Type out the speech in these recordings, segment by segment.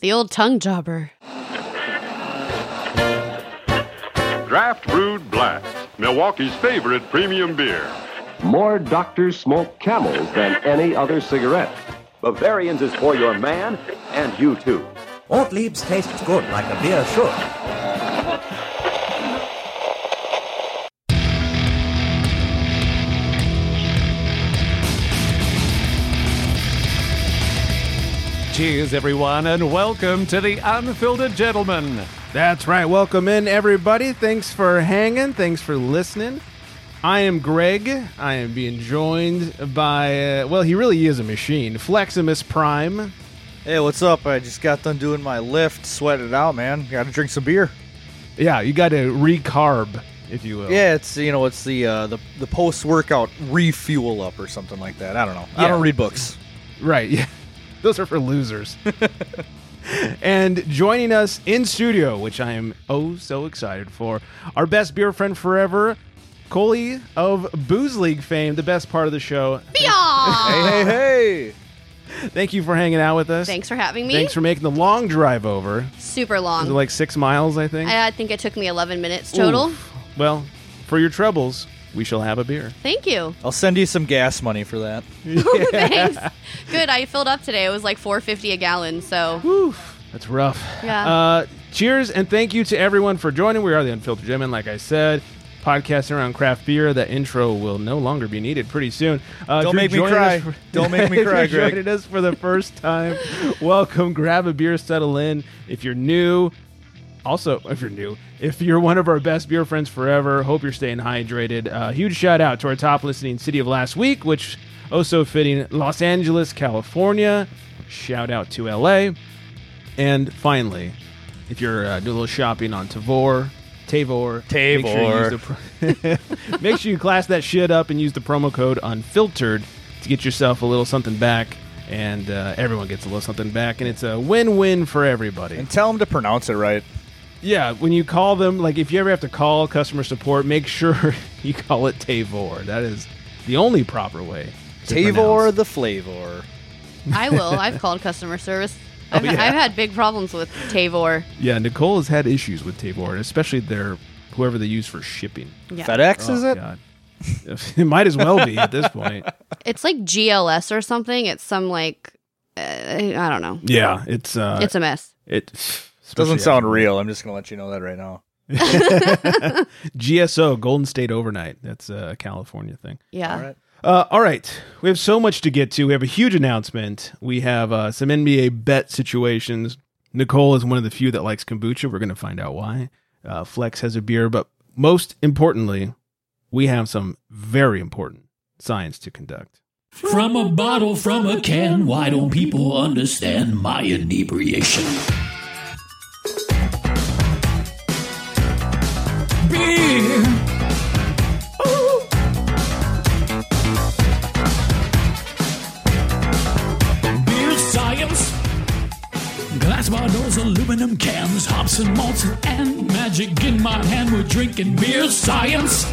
The old tongue jobber. Draft Brewed Black, Milwaukee's favorite premium beer. More doctors smoke camels than any other cigarette. Bavarians is for your man and you too. Ortlieb's tastes good like a beer should. Cheers, everyone, and welcome to the Unfiltered Gentleman. That's right. Welcome in, everybody. Thanks for hanging. Thanks for listening. I am Greg. I am being joined by, uh, well, he really is a machine. Fleximus Prime. Hey, what's up? I just got done doing my lift, sweated out, man. Got to drink some beer. Yeah, you got to recarb, if you will. Yeah, it's you know it's the uh, the the post workout refuel up or something like that. I don't know. I Yeah. don't read books. Right. Yeah. Those are for losers. and joining us in studio, which I am oh so excited for, our best beer friend forever, Coley of Booze League fame, the best part of the show. Yaw! Hey, hey, hey! Thank you for hanging out with us. Thanks for having me. Thanks for making the long drive over. Super Was long. it like six miles, I think? I, I think it took me 11 minutes total. Oof. Well, for your troubles, we shall have a beer. Thank you. I'll send you some gas money for that. Thanks. Good. I filled up today. It was like 4.50 a gallon, so Oof, that's rough. Yeah. Uh, cheers and thank you to everyone for joining. We are the Unfiltered Gentlemen, like I said. Podcasting around craft beer. That intro will no longer be needed pretty soon. Uh, if Don't you're make me joining cry. us for- Don't make me if cry, you're Greg. joining us for the first time, welcome. Grab a beer, settle in. If you're new, also, if you're new, if you're one of our best beer friends forever, hope you're staying hydrated. Uh, huge shout out to our top listening city of last week, which oh so fitting, Los Angeles, California. Shout out to LA. And finally, if you're uh, doing a little shopping on Tavor, Tavor, Tavor, make sure, you use the pro- make sure you class that shit up and use the promo code unfiltered to get yourself a little something back. And uh, everyone gets a little something back, and it's a win-win for everybody. And tell them to pronounce it right. Yeah, when you call them, like if you ever have to call customer support, make sure you call it Tavor. That is the only proper way. to Tavor pronounce. the flavor. I will. I've called customer service. I've, Oh, yeah. I've had big problems with Tavor. Yeah, Nicole has had issues with Tavor, especially their whoever they use for shipping. Yeah. FedEx is Oh, it? God. it might as well be at this point. It's like GLS or something. It's some like, uh, I don't know. Yeah, it's uh, It's a mess. it Doesn't especially sound after- real. I'm just gonna let you know that right now. GSO Golden State Overnight. That's a California thing. Yeah. All right. Uh, all right, we have so much to get to. We have a huge announcement. We have uh, some NBA bet situations. Nicole is one of the few that likes kombucha. We're going to find out why. Uh, Flex has a beer, but most importantly, we have some very important science to conduct. From a bottle, from a can, why don't people understand my inebriation? Beer! Ooh. Beer science! Glass bottles, aluminum cans, hops and malts, and magic in my hand. We're drinking beer science.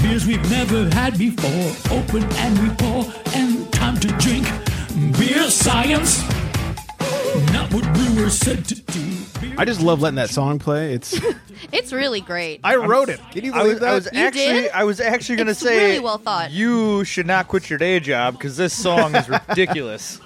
Beers we've never had before. Open and we pour, and time to drink beer science. Not what brewers said to do. Beer I just love letting that song play. It's It's really great. I wrote it. Can you I was, I was You actually, did? I was actually gonna It's say, really well thought. You should not quit your day job because this song is ridiculous.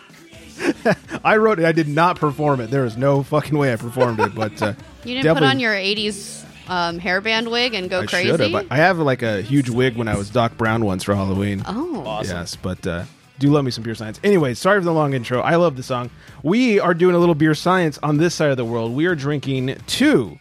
I wrote it. I did not perform it. There is no fucking way I performed it. But uh, You didn't definitely- put on your 80s um, hairband wig and go I crazy? should have. I- I have like a huge wig when I was Doc Brown once for Halloween. oh. Yes, but uh, do love me some beer science. Anyway, sorry for the long intro. I love the song. We are doing a little beer science on this side of the world. We are drinking two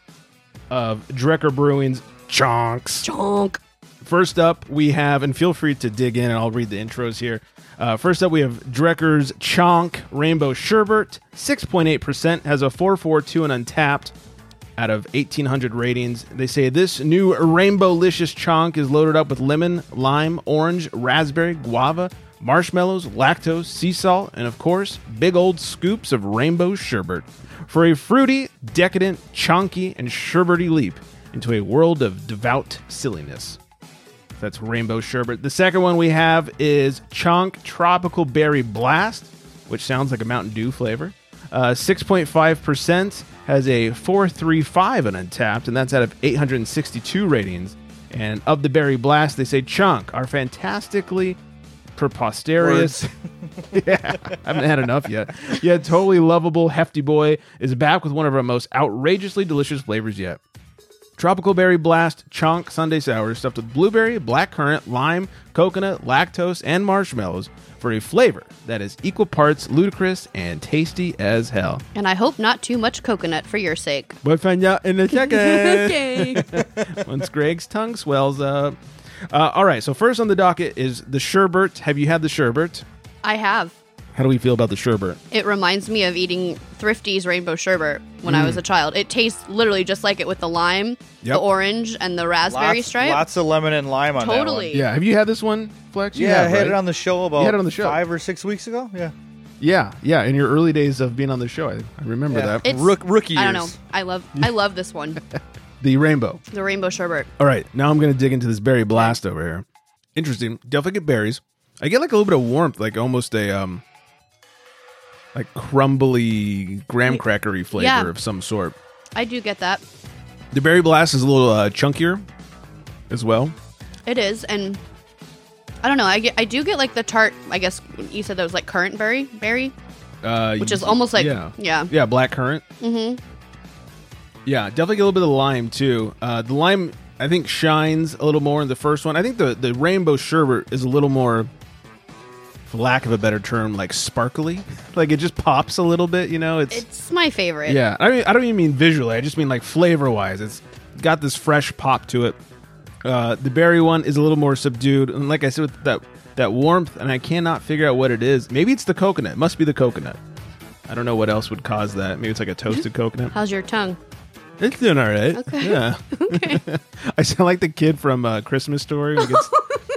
of Drecker Brewing's Chonks. Chonk. First up, we have, and feel free to dig in, and I'll read the intros here. Uh, first up, we have Drecker's Chonk Rainbow Sherbert, 6.8%, has a 442 and untapped out of 1,800 ratings. They say this new Rainbow-licious Chonk is loaded up with lemon, lime, orange, raspberry, guava, marshmallows, lactose, sea salt, and of course, big old scoops of Rainbow Sherbert for a fruity, decadent, chonky, and sherberty leap into a world of devout silliness. That's Rainbow Sherbet. The second one we have is Chonk Tropical Berry Blast, which sounds like a Mountain Dew flavor. Uh, 6.5% has a 435 on Untapped, and that's out of 862 ratings. And of the Berry Blast, they say Chunk are fantastically preposterous. Words. I haven't had enough yet. Yeah, totally lovable hefty boy is back with one of our most outrageously delicious flavors yet. Tropical berry blast chonk Sunday sour is stuffed with blueberry, blackcurrant, lime, coconut, lactose, and marshmallows for a flavor that is equal parts ludicrous and tasty as hell. And I hope not too much coconut for your sake. We'll find out in a second Okay. once Greg's tongue swells up. Uh, all right, so first on the docket is the sherbet. Have you had the sherbet? I have. How do we feel about the sherbet? It reminds me of eating Thrifty's rainbow sherbet when I Mm. was a child. It tastes literally just like it with the lime, the Yep. orange, and the raspberry lots, stripe. lots of lemon and lime on that one. totally. Yeah, have you had this one, Flex? You Yeah, have, I had right? it on the show about You had it on the show. five or six weeks ago. Yeah, Yeah, yeah. In your early days of being on the show, I, I remember Yeah. that It's- Rook, rookie years. I don't know. I love I love this one. the rainbow. The rainbow sherbet. All right, now I'm gonna dig into this berry blast over here. Interesting. Definitely get berries. I get like a little bit of warmth, like almost a um, like crumbly graham crackery flavor Yeah. of some sort. I do get that. The berry blast is a little uh, chunkier as well. It is, and I don't know. I get, I do get like the tart. I guess you said that was like currant berry, berry, Uh, which is almost like yeah, yeah. yeah, black currant. Mm-hmm. Yeah, definitely get a little bit of lime too. Uh, the lime, I think, shines a little more in the first one. I think the the rainbow sherbet is a little more, for lack of a better term, like sparkly. Like it just pops a little bit. You know, it's, It's my favorite. yeah. I mean, I don't even mean visually. I just mean like flavor wise. It's got this fresh pop to it. Uh, the berry one is a little more subdued, and like I said, with that that warmth, and I cannot figure out what it is. Maybe it's the coconut. It must be the coconut. I don't know what else would cause that. Maybe it's like a toasted coconut. How's your tongue? It's doing all right. Okay. Yeah. okay. I sound like the kid from uh, Christmas Story who gets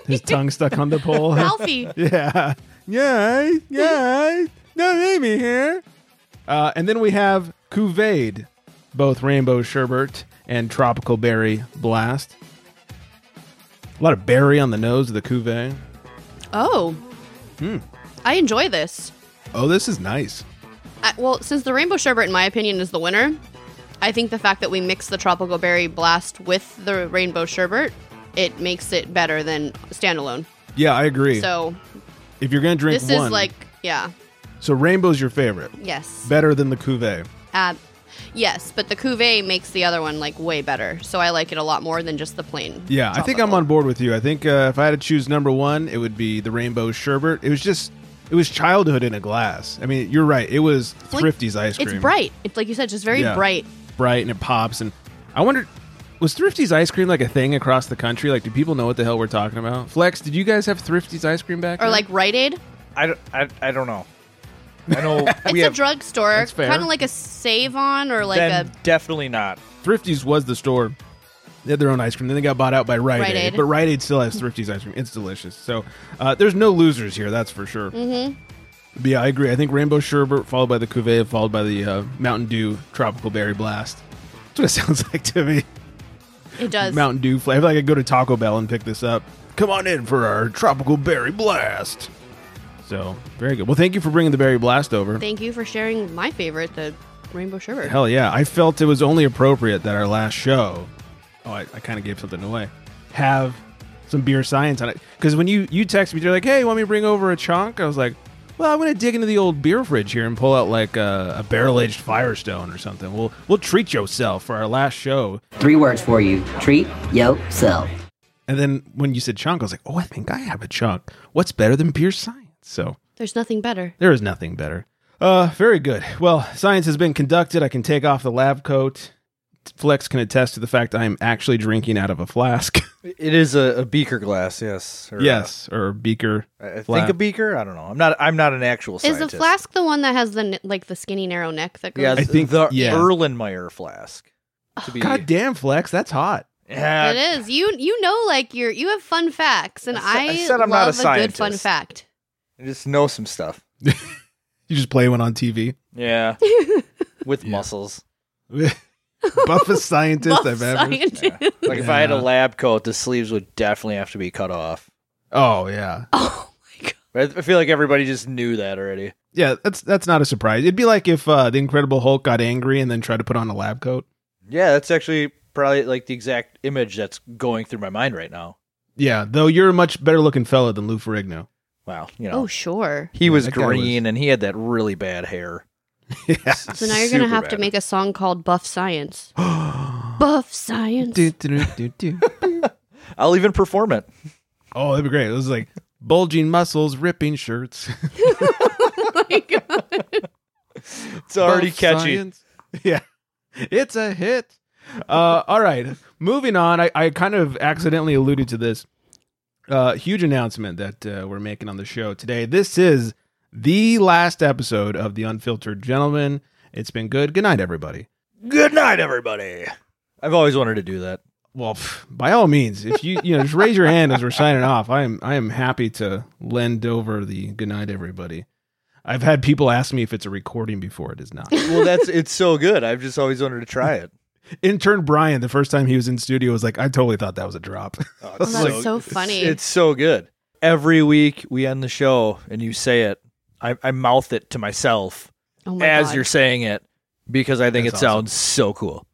his tongue stuck on the pole. Alfie. Yeah. Yeah. Yeah. No Amy here. Uh, and then we have Cuvade, both Rainbow Sherbet and Tropical Berry Blast. A lot of berry on the nose of the Cuvée. Oh. Hmm. I enjoy this. Oh, this is nice. I, well, since the rainbow sherbet, in my opinion, is the winner, I think the fact that we mix the tropical berry blast with the rainbow sherbet, it makes it better than standalone. Yeah, I agree. So if you're going to drink this one, is like, yeah, so Rainbow's your favorite. yes, Better than the Cuvée. uh, yes, but the cuvee makes the other one like way better. So I like it a lot more than just the plain. Yeah, I think I'm tropical. on board with you. I think uh, if I had to choose number one, it would be the Rainbow Sherbet. It was just, it was childhood in a glass. I mean, you're right. It was It's like- Thrifty's ice cream. It's bright. It's like you said, just very Yeah. bright. Bright and it pops. And I wondered, was Thrifty's ice cream like a thing across the country? Like, do people know what the hell we're talking about? Flex, did you guys have Thrifty's ice cream back? Or then? like Rite Aid. I, don't- I, I don't know. I know It's we a have drugstore, That's fair. kind of like a Save On or like then a definitely not. Thrifty's was the store. They had their own ice cream. Then they got bought out by Rite, Rite Aid. Aid. But Rite Aid still has Thrifty's ice cream. It's delicious. So uh, there's no losers here, that's for sure. Mm-hmm. But yeah, I agree. I think Rainbow Sherbet, followed by the Cuvée, followed by the uh, Mountain Dew Tropical Berry Blast. That's what it sounds like to me. it does. Mountain Dew flavor. I feel like I go to Taco Bell and pick this up. Come on in for our Tropical Berry Blast. So very good. Well, thank you for bringing the Berry Blast over. Thank you for sharing my favorite, the rainbow sherbet. Hell yeah. I felt it was only appropriate that our last show, oh, I, I kind of gave something away, have some beer science on it. Because when you, you text me, you're like, hey, want me to bring over a chunk? I was like, well, I'm going to dig into the old beer fridge here and pull out like a, a barrel aged Firestone or something. We'll, we'll treat yourself for our last show. Three words for you treat yourself. And then when you said chunk, I was like, oh, I think I have a chunk. What's better than beer science? So There's nothing better. There is nothing better. Uh, very good. Well, science has been conducted. I can take off the lab coat. Flex can attest to the fact I am actually drinking out of a flask. It is a, a beaker glass, yes. or, yes, or uh, beaker. uh, I think Flat. a beaker. I don't know. I'm not. I'm not an actual Is scientist. the flask the one that has the n- like the skinny narrow neck that goes? Yeah, I think- the yeah. Erlenmeyer flask. To be, God damn, Flex, that's hot. Yeah, it is. You you know like you're you have fun facts, and I I, said- I said I'm love not a good fun scientist. fact. I just know some stuff. You just play one on TV. Yeah, with muscles. Buffest scientist Buff I've ever. scientist. Like if I had a lab coat, the sleeves would definitely have to be cut off. Oh yeah. Oh my god! I I feel like everybody just knew that already. Yeah, that's that's not a surprise. It'd be like if uh, the Incredible Hulk got angry and then tried to put on a lab coat. Yeah, that's actually probably like the exact image that's going through my mind right now. Yeah, though you're a much better looking fella than Lou Ferrigno. Wow, you know, Oh, sure. he was that guy was- green and he had that really bad hair. So now you're going to have to make a song called Buff Science. Buff Science. I'll even perform it. Oh, that'd be great. It was like bulging muscles, ripping shirts. It's already Both catchy. science. Yeah, it's a hit. Uh, all right, moving on. I, I kind of accidentally alluded to this uh, huge announcement that uh, we're making on the show today. This is the last episode of the Unfiltered Gentleman. It's been good. Good night, everybody. Good night, everybody. I've always wanted to do that. Well, pff, by all means, if you you know, just raise your hand as we're signing off. I am I am happy to lend over the good night, everybody. I've had people ask me if it's a recording before. It is not. Well, that's it's so good. I've just always wanted to try it. Intern Brian, the first time he was in studio, was like, "I totally thought that was a drop." Oh, that's so funny. It's so good. Every week we end the show and you say it. I, I mouth it to myself oh my as God. you're saying it because I think That's it awesome. sounds so cool.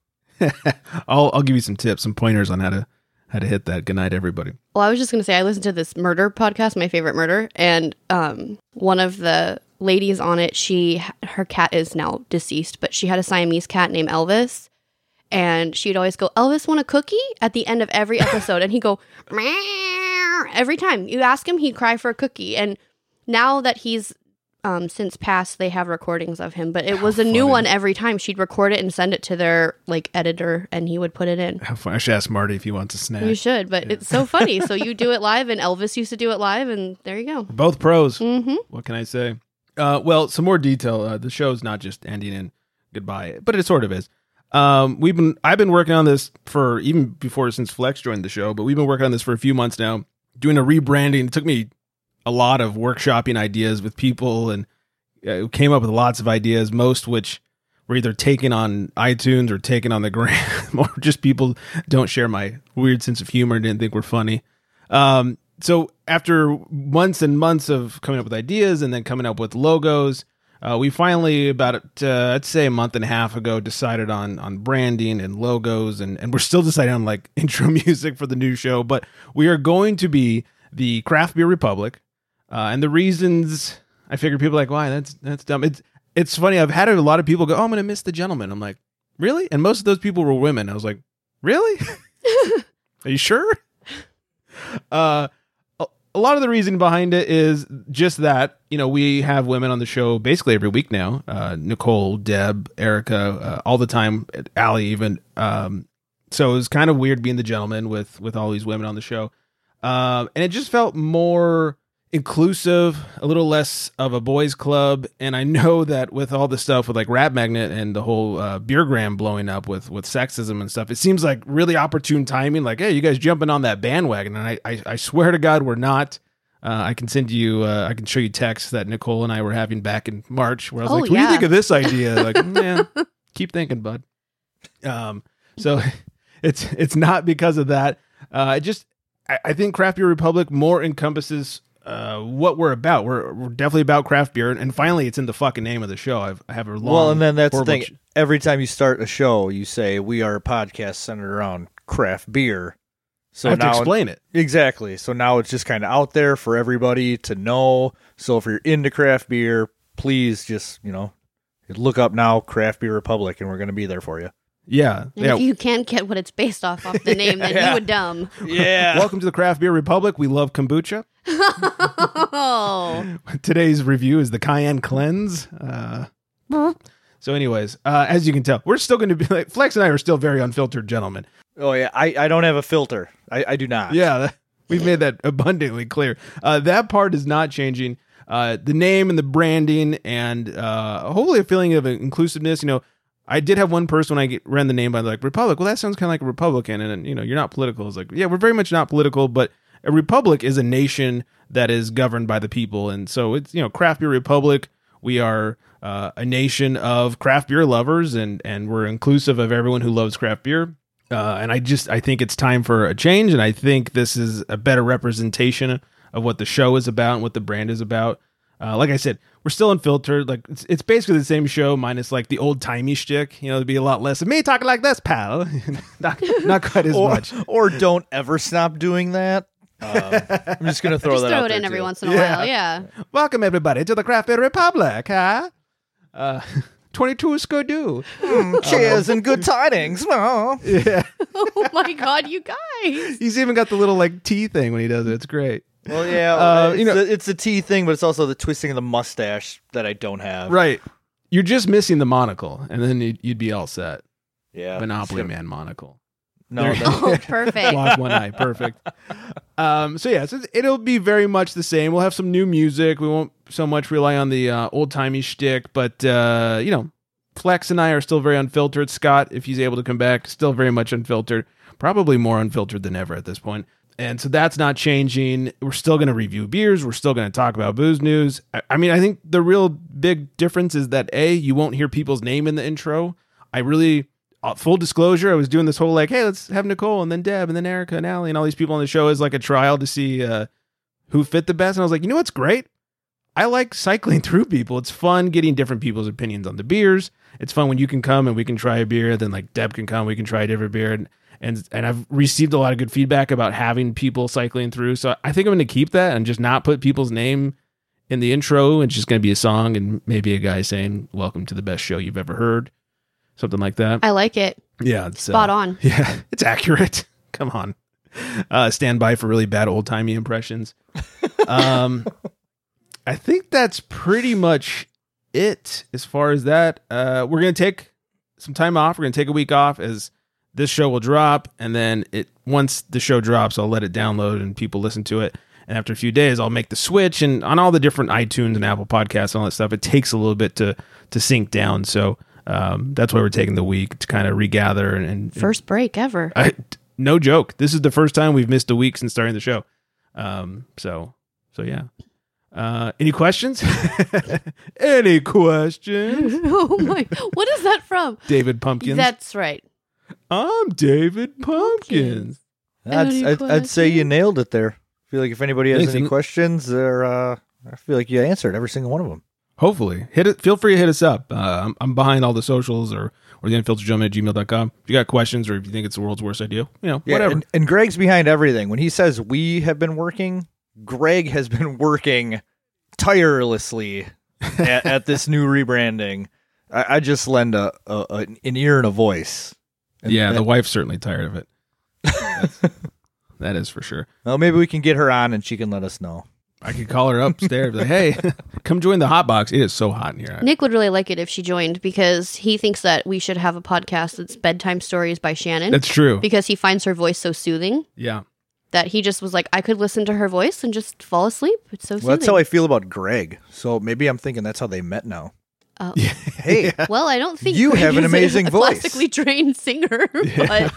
I'll I'll give you some tips, some pointers on how to how to hit that. Good night, everybody. Well, I was just going to say, I listened to this murder podcast, my favorite murder, and um, one of the ladies on it, she her cat is now deceased, but she had a Siamese cat named Elvis, and she'd always go, "Elvis, want a cookie?" at the end of every episode, and he'd go, "Meow." every time you ask him, he'd cry for a cookie. And now that he's um, since passed, they have recordings of him, but it was a new one every time. She'd record it and send it to their like editor, and he would put it in. How fun. I should ask Marty if he wants a snack. You should, but it's so funny. So you do it live, and Elvis used to do it live, and there you go. Both pros. Mm-hmm. What can I say? Uh, well, some more detail. Uh, the show's not just ending in goodbye, but it sort of is. Um, we've been I've been working on this for even before since Flex joined the show, but we've been working on this for a few months now, doing a rebranding. It took me a lot of workshopping ideas with people and uh, came up with lots of ideas, most which were either taken on iTunes or taken on the gram, or just people don't share my weird sense of humor, didn't think we're funny. Um, so after months and months of coming up with ideas and then coming up with logos, uh, we finally about uh, I'd say a month and a half ago decided on on branding and logos and and we're still deciding on like intro music for the new show, but we are going to be the Craft Beer Republic, uh, and the reasons I figure people are like why that's that's dumb. It's it's funny. I've had a lot of people go, "Oh, I'm going to miss the gentleman." I'm like, really? And most of those people were women. I was like, really? are you sure? Uh, a, a lot of the reason behind it is just that you know we have women on the show basically every week now. Uh, Nicole, Deb, Erica, uh, all the time. Allie, even. Um, so it was kind of weird being the gentleman with with all these women on the show, um, and it just felt more inclusive, a little less of a boys' club. And I know that with all the stuff with like Rap Magnet and the whole uh, beer gram blowing up with with sexism and stuff, it seems like really opportune timing. Like, hey, you guys jumping on that bandwagon, and I I, I swear to God, we're not. Uh, I can send you. Uh, I can show you texts that Nicole and I were having back in March, where I was Oh, like, "What do you yeah. think of this idea?" Like, man, keep thinking, bud. Um, so it's it's not because of that. Uh, it just I, I think Craft Beer Republic more encompasses uh, what we're about. We're, we're definitely about craft beer, and, and finally, it's in the fucking name of the show. I've, I have a long. well, and then that's the horrible thing. ch- Every time you start a show, you say we are a podcast centered around craft beer. So I have now to explain it. exactly. So now it's just kind of out there for everybody to know. So if you're into craft beer, please just you know look up now Craft Beer Republic, and we're going to be there for you. Yeah, And yeah. if you can't get what it's based off off the name, then you were dumb. Yeah. Welcome to the Craft Beer Republic. We love kombucha. Oh, Today's review is the Cayenne Cleanse. Uh, so, anyways, uh, as you can tell, we're still going to be like Flex and I are still very unfiltered gentlemen. oh yeah. I I don't have a filter. I I do not. Yeah, that- we've made that abundantly clear. Uh, that part is not changing. Uh, the name and the branding, and uh, hopefully a feeling of inclusiveness. You know, I did have one person when I get, ran the name by like Republic. Well, that sounds kind of like a Republican, and, then, you know, you're not political. It's like, yeah, we're very much not political, but a republic is a nation that is governed by the people, and so it's you know, craft beer republic. We are uh, a nation of craft beer lovers, and and we're inclusive of everyone who loves craft beer uh, and I just I think it's time for a change, and I think this is a better representation of what the show is about and what the brand is about. Uh, like I said, we're still unfiltered. Like it's, it's basically the same show minus like the old timey shtick. You know, it'd be a lot less of me talking like this, pal. not, not quite as or, much. or don't ever stop doing that. Um, I'm just gonna throw Just that throw out it there, in every too. once in a while. Yeah. Welcome everybody to the Craft Beer Republic, huh? Uh, 22 Skidoo. Mm, cheers and good tidings. Oh. Oh my God, you guys. He's even got the little like tea thing when he does it. It's great. Well, yeah, Uh, it's, you know- the, it's the tea thing, but it's also the twisting of the mustache that I don't have. Right. You're just missing the monocle, and then you'd, you'd be all set. Yeah. Monopoly Man monocle. No, that- Oh, perfect. Block one eye. Perfect. Um, so, yeah, so it's- it'll be very much the same. We'll have some new music. We won't so much rely on the uh, old timey shtick, but, uh, you know, Flex and I are still very unfiltered. Scott, if he's able to come back, still very much unfiltered. Probably more unfiltered than ever at this point. And so that's not changing. We're still going to review beers. We're still going to talk about booze news. I, I mean, I think the real big difference is that A, you won't hear people's name in the intro. I really, uh, full disclosure, I was doing this whole like, hey, let's have Nicole and then Deb and then Erica and Allie and all these people on the show as like a trial to see uh, who fit the best. And I was like, you know what's great? I like cycling through people. It's fun getting different people's opinions on the beers. It's fun when you can come and we can try a beer. Then like Deb can come, we can try a different beer. And and, and I've received a lot of good feedback about having people cycling through. So I think I'm going to keep that and just not put people's name in the intro. It's just going to be a song and maybe a guy saying "Welcome to the best show you've ever heard," something like that. I like it. yeah, it's, uh, Spot on. yeah, it's accurate. Come on. Uh, stand by for really bad old timey impressions. Um, I think that's pretty much it as far as that. Uh, we're going to take some time off. We're going to take a week off as this show will drop. And then it once the show drops, I'll let it download and people listen to it. And after a few days, I'll make the switch. And on all the different iTunes and Apple podcasts and all that stuff, it takes a little bit to to sink down. So um, that's why we're taking the week to kind of regather and, and First break ever. I, no joke. This is the first time we've missed a week since starting the show. Um, so, so yeah. Uh, any questions? any questions? oh my. What is that from? David Pumpkins. That's right. I'm David Pumpkins. that's, Any I'd, I'd say you nailed it there. I feel like if anybody has Thanks, any and- questions, or uh, I feel like you answered every single one of them. Hopefully, hit it. Feel free to hit us up. Uh, I'm, I'm behind all the socials or or the unfilteredgentleman at gmail.com. If you got questions or if you think it's the world's worst idea, you know, Yeah, whatever. And, and Greg's behind everything. When he says we have been working, Greg has been working tirelessly at, at this new rebranding. I, I just lend a, a, a an ear and a voice. And yeah, that- the wife's certainly tired of it. That's- that is for sure. well, maybe we can get her on and she can let us know. I could call her upstairs, be like, hey, come join the hot box. It is so hot in here. Nick would really like it if she joined because he thinks that we should have a podcast that's bedtime stories by Shannon That's true. because he finds her voice so soothing Yeah. that he just was like, I could listen to her voice and just fall asleep. It's so soothing. Well, that's how I feel about Greg. So maybe I'm thinking that's how they met now. Oh. Hey, Well, I don't think You Greg have is an a- amazing a voice. Classically trained singer, but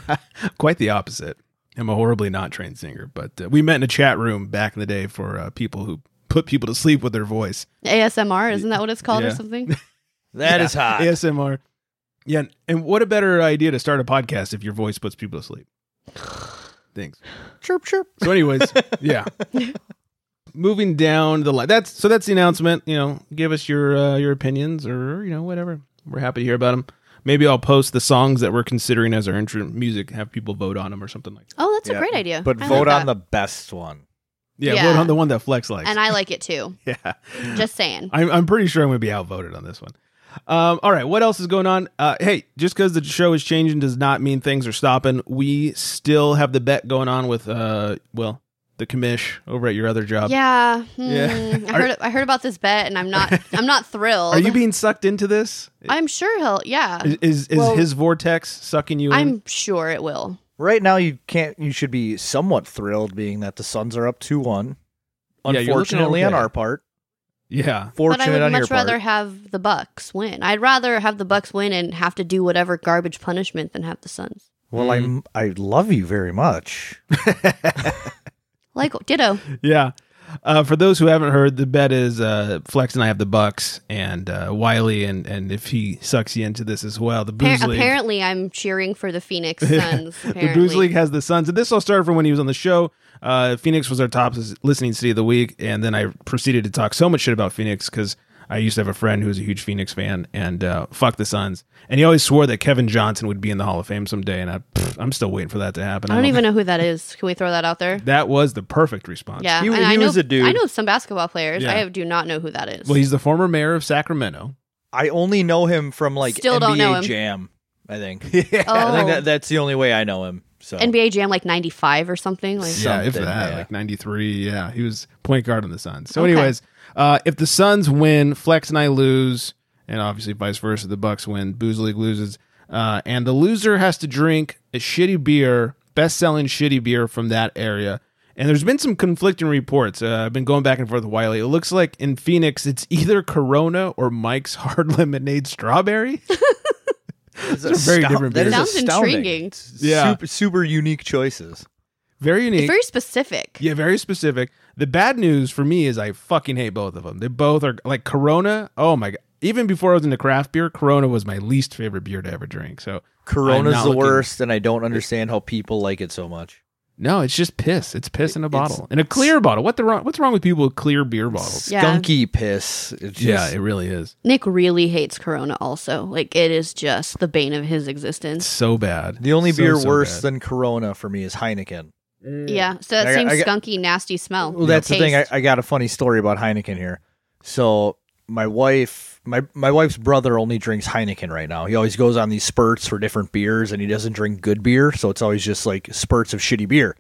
Quite the opposite. I'm a horribly not trained singer, but uh, we met in a chat room back in the day for uh, people who put people to sleep with their voice. ASMR isn't that what it's called Yeah. or something? that is hot. ASMR. Yeah, and what a better idea to start a podcast if your voice puts people to sleep. Thanks. Chirp, chirp. So, anyways, yeah. Moving down the line. That's so. That's the announcement. You know, give us your uh, your opinions or you know whatever. We're happy to hear about them. Maybe I'll post the songs that we're considering as our intro music. Have people vote on them or something like. that. Oh, that's Yeah, a great idea. But I like vote on that. the best one. Yeah, Yeah. vote on the one that Flex likes. and I like it too. yeah. Just saying. I'm, I'm pretty sure I'm going to be outvoted on this one. Um, all right, what else is going on? Uh, hey, just because the show is changing does not mean things are stopping. We still have the bet going on with, uh, well, the commish over at your other job. yeah, Yeah. hmm, I Are- heard I heard about this bet, and I'm not I'm not thrilled. Are you being sucked into this? I'm sure he'll. Yeah, Is is, is his vortex sucking you in? Uh, I'm sure it will. Right now, you can't. You should be somewhat thrilled, being that the Suns are up two one. Yeah, you're looking Unfortunately, on okay. our part. Yeah. Fortunate but I would on your much part. rather have the Bucks win. I'd rather have the Bucks win and have to do whatever garbage punishment than have the Suns. well, Mm. I'm. I love you very much. Like ditto. Yeah. Uh, for those who haven't heard, the bet is uh, Flex and I have the Bucks, and uh, Wiley, and and if he sucks you into this as well, the Booze Appar- League. apparently, I'm cheering for the Phoenix Suns. the Booze apparently. League has the Suns, and this all started from when he was on the show. Uh, Phoenix was our top s- listening city of the week, and then I proceeded to talk so much shit about Phoenix because I used to have a friend who was a huge Phoenix fan, and uh, fuck the Suns, and he always swore that Kevin Johnson would be in the Hall of Fame someday, and I, pff, I'm still waiting for that to happen. I don't even know who that is. Can we throw that out there? That was the perfect response. Yeah, He- and he I know, was a dude. I know some basketball players. Yeah. I do not know who that is. Well, he's the former mayor of Sacramento. I only know him from like Still NBA don't know him. Jam. I think. I oh, think that, that's the only way I know him. So NBA Jam like '95 or something. Like, Yeah, if Something, that, yeah. like 93. Yeah, he was point guard on the Suns. So, Okay. anyways, uh, if the Suns win, Flex and I lose, and obviously vice versa, the Bucks win, Booze League loses, uh, and the loser has to drink a shitty beer, best selling shitty beer from that area. And there's been some conflicting reports. Uh, I've been going back and forth with Wiley. It looks like in Phoenix, it's either Corona or Mike's Hard Lemonade Strawberry. That's They're very different that is beers. Sounds astounding. intriguing. It's Yeah. Super, super unique choices. Very unique. it's very specific. Yeah, very specific. The bad news for me is I fucking hate both of them. They both are like Corona. Oh my god! Even before I was into craft beer, Corona was my least favorite beer to ever drink. So I'm Corona's not the looking- worst, and I don't understand how people like it so much. No, it's just piss. It's piss in a It's- bottle, in a clear bottle. What the wrong? What's wrong with people with clear beer bottles? Yeah. Skunky piss. It's Yeah, just, it really is Nick really hates Corona. Also, like it is just the bane of his existence. so bad. the only So, beer so worse bad. than Corona for me is Heineken. Yeah, so that I got- same I got- skunky, nasty smell. Well, that's the thing. I, Taste. I got a funny story about Heineken here. So my wife, my my wife's brother only drinks Heineken right now. He always goes on these spurts for different beers, and he doesn't drink good beer. So it's always just like spurts of shitty beer.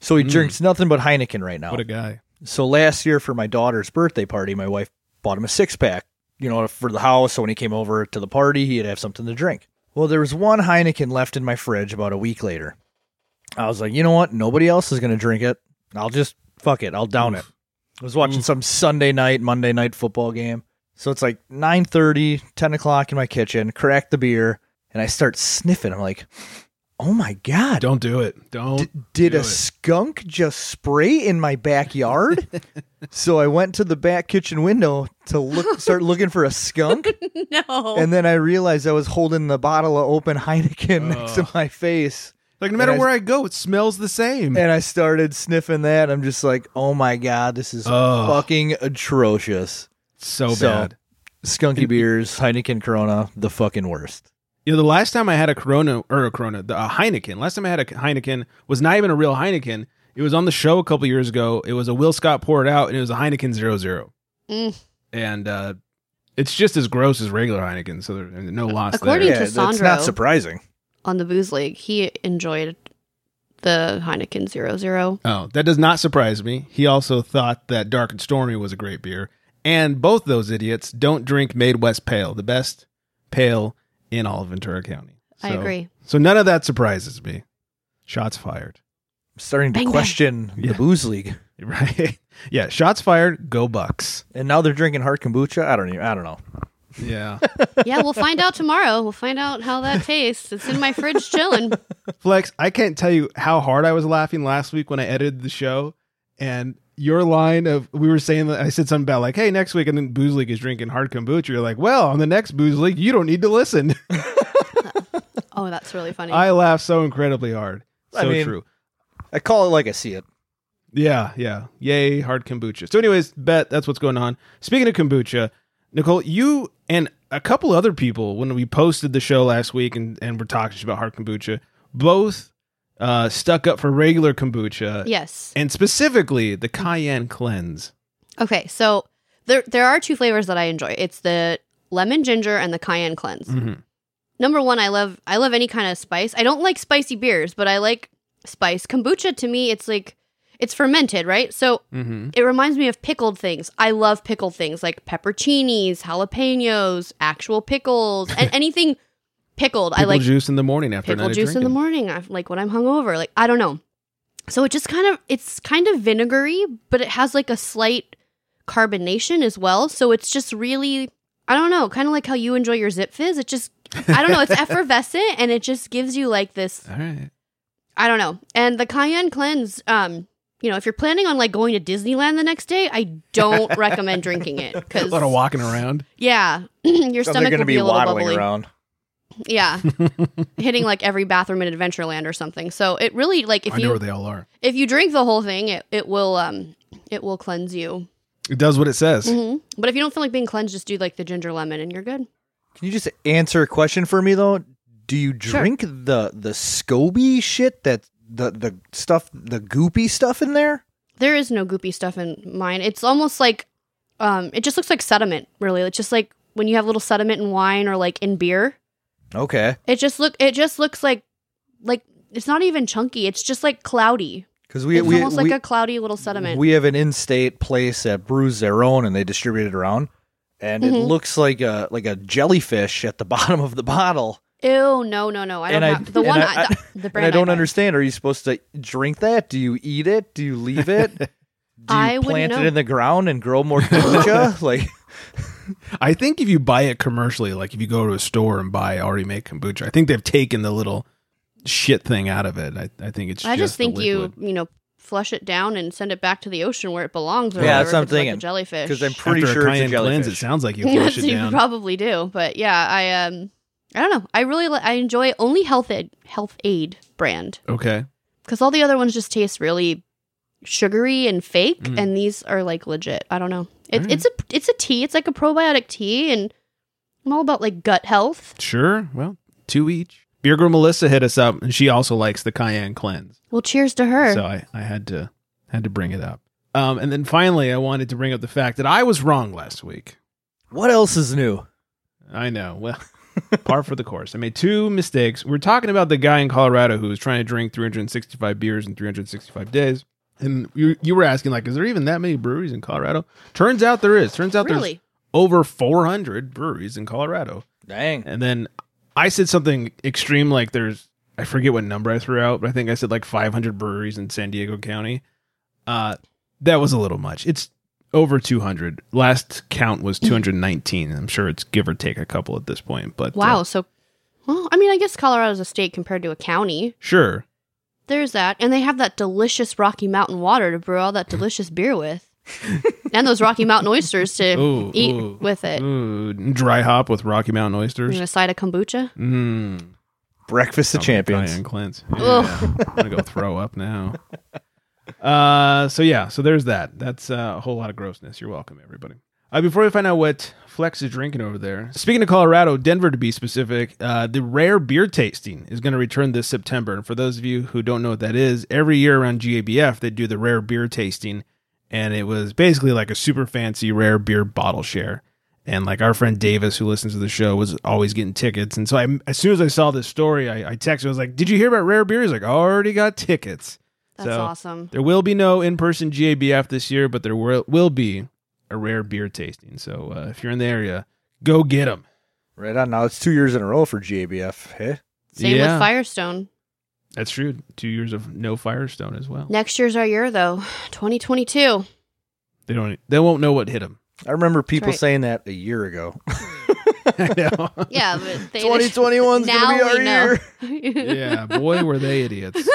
So Hmm. he drinks nothing but Heineken right now. What a guy. So last year for my daughter's birthday party, my wife bought him a six pack, you know, for the house. So when he came over to the party, he'd have something to drink. Well, there was one Heineken left in my fridge about a week later. I was like, you know what? Nobody else is going to drink it. I'll just fuck it. I'll down it. I was watching some Sunday night, Monday night football game. So it's like 9.30, 10 o'clock in my kitchen, crack the beer, and I start sniffing. I'm like, oh my God. Don't do it. Don't. D- did do a it. skunk just spray in my backyard? so I went to the back kitchen window to look, start looking for a skunk, no. and then I realized I was holding the bottle of open Heineken next to my face, like no matter and I- where I go, it smells the same. and I started sniffing that. I'm just like, oh my god, this is Ugh. fucking atrocious. so So- bad. Skunky beers, Heineken, Corona, the fucking worst. You know, the last time I had a Corona or a Corona, the, a Heineken. Last time I had a Heineken was not even a real Heineken. It was on the show a couple years ago. It was a Will Scott poured out, and it was a Heineken Zero Zero. Mm. And uh, it's just as gross as regular Heineken, so there, no loss According- there. to that's not Sandro. surprising. On the booze league, he enjoyed the Heineken Zero Zero. Oh, that does not surprise me. He also thought that Dark and Stormy was a great beer, and both those idiots don't drink Made West Pale, the best pale in all of Ventura County. I So- agree. So none of that surprises me. Shots fired. I'm starting to Bang, bang. question Yeah. the booze league. Right. Yeah. Shots fired. Go Bucks. And now they're drinking hard kombucha. I don't even. I don't know. Yeah. yeah, we'll find out tomorrow. We'll find out how that tastes. It's in my fridge chilling. Flex, I can't tell you how hard I was laughing last week when I edited the show. And your line of, we were saying that I said something about like, hey, next week, and then Booze League is drinking hard kombucha. You're like, well, on the next Booze League, you don't need to listen. Oh, that's really funny. I laughed so incredibly hard. So I mean- true. I call it like I see it. Yeah. Yeah. Yay, hard kombucha. So, anyways, bet that's what's going on. Speaking of kombucha, Nicole, you and a couple other people, when we posted the show last week and, and we're talking about hard kombucha, both uh, stuck up for regular kombucha yes. and specifically the cayenne cleanse. Okay, so there there are two flavors that I enjoy. It's the lemon ginger and the cayenne cleanse. Mhm. Number one, I love I love any kind of spice. I don't like spicy beers, but I like spice. Kombucha to me, it's like it's fermented, right? So Mm-hmm. it reminds me of pickled things. I love pickled things like pepperoncinis, jalapenos, actual pickles, and anything pickled. I Pickle like juice in the morning after a pickle night of juice in the drinking. morning I- like when i'm hungover like i don't know so it just kind of it's kind of vinegary but it has like a slight carbonation as well so it's just really i don't know kind of like how you enjoy your zip fizz it just i don't know it's effervescent and it just gives you like this All right. i don't know and the cayenne cleanse um you know, if you're planning on like going to Disneyland the next day, I don't recommend drinking it because A lot of walking around. yeah, your So they're stomach going will to be, be a little waddling bubbly. around. Yeah, hitting like every bathroom in Adventureland or something. So it really like if I know you where they all are. if you drink the whole thing, it, it will um it will cleanse you. It does what it says. Mm-hmm. Mhm. But if you don't feel like being cleansed, just do like the ginger lemon and you're good. Can you just answer a question for me though? Do you drink the the SCOBY shit that the the stuff the goopy stuff in there? There is no goopy stuff in mine. It's almost like um it just looks like sediment, really. It's just like when you have little sediment in wine or like in beer. Okay, It just look it just looks like like it's not even chunky. It's just like cloudy. because we it's we almost we, like a cloudy little sediment. we have an in-state place that brews their own and they distribute it around, and it Mm-hmm. looks like a like a jellyfish at the bottom of the bottle. Ew, no, no, no. I don't and I have the and one I, I, the, and the I brand don't buy. understand. Are you supposed to drink that? Do you eat it? Do you leave it? Do you I wouldn't plant know. it in the ground and grow more kombucha? like I think if you buy it commercially, like if you go to a store and buy already made kombucha, I think they've taken the little shit thing out of it. I, I think it's. I just the think you, liquid. you know, flush it down and send it back to the ocean where it belongs. Or whatever, Yeah, that's what I'm if it's like thinking. a jellyfish. because I'm pretty After sure a it's a cayenne cleanse, jellyfish. it sounds like you Yes, flush it you down. probably do, but yeah, I um, I don't know. I really li- I enjoy only Health Aid Health Aid brand okay, because all the other ones just taste really sugary and fake, Mm. and these are like legit. I don't know. It, Alright. It's a it's a tea. It's like a probiotic tea, and I'm all about like gut health. sure. Well, two each. Beer girl Melissa hit us up, and she also likes the cayenne cleanse. Well, cheers to her. So I, I had to had to bring it up. Um, and then finally, I wanted to bring up the fact that I was wrong last week. What else is new? I know. Well, par for the course. I made two mistakes. We're talking about the guy in Colorado who was trying to drink 365 beers in 365 days. And you, you were asking, like, is there even that many breweries in Colorado? Turns out there is. Turns out there's Really? over 400 breweries in Colorado. Dang. And then I said something extreme, like there's, I forget what number I threw out, but I think I said like 500 breweries in San Diego County. Uh, that was a little much. It's over 200. Last count was 219. I'm sure it's give or take a couple at this point, but uh, wow. So, well, I mean, I guess Colorado's a state compared to a county. sure. There's that. And they have that delicious Rocky Mountain water to brew all that delicious beer with. and those Rocky Mountain oysters to Ooh, eat ooh, with it. Ooh, dry hop with Rocky Mountain oysters. And a side of kombucha. Mm. Breakfast of Champions. Diane Clint. Yeah. I'm gonna go throw up now. Uh, so yeah, so there's that. That's uh, a whole lot of grossness. You're welcome, everybody. Uh, before we find out what Flex is drinking over there, speaking of Colorado, Denver to be specific, uh, the rare beer tasting is going to return this September. And for those of you who don't know what that is, every year around GABF they do the rare beer tasting, and it was basically like a super fancy rare beer bottle share. And like our friend Davis, who listens to the show, was always getting tickets. And so I, as soon as I saw this story, I, I texted. I was like, "Did you hear about Rare Beer?" He's like, "I already got tickets." That's So, awesome. There will be no in-person GABF this year, but there will, will be a rare beer tasting. So uh, if you're in the area, go get them. Right on. Now it's two years in a row for GABF. Hey, Same yeah. with Firestone. That's true. Two years of no Firestone as well. Next year's our year, though. 2022. They don't. They won't know what hit them. I remember people right. saying that a year ago. Yeah. But they, 2021's gonna Now be our we know. year. yeah, boy, were they idiots.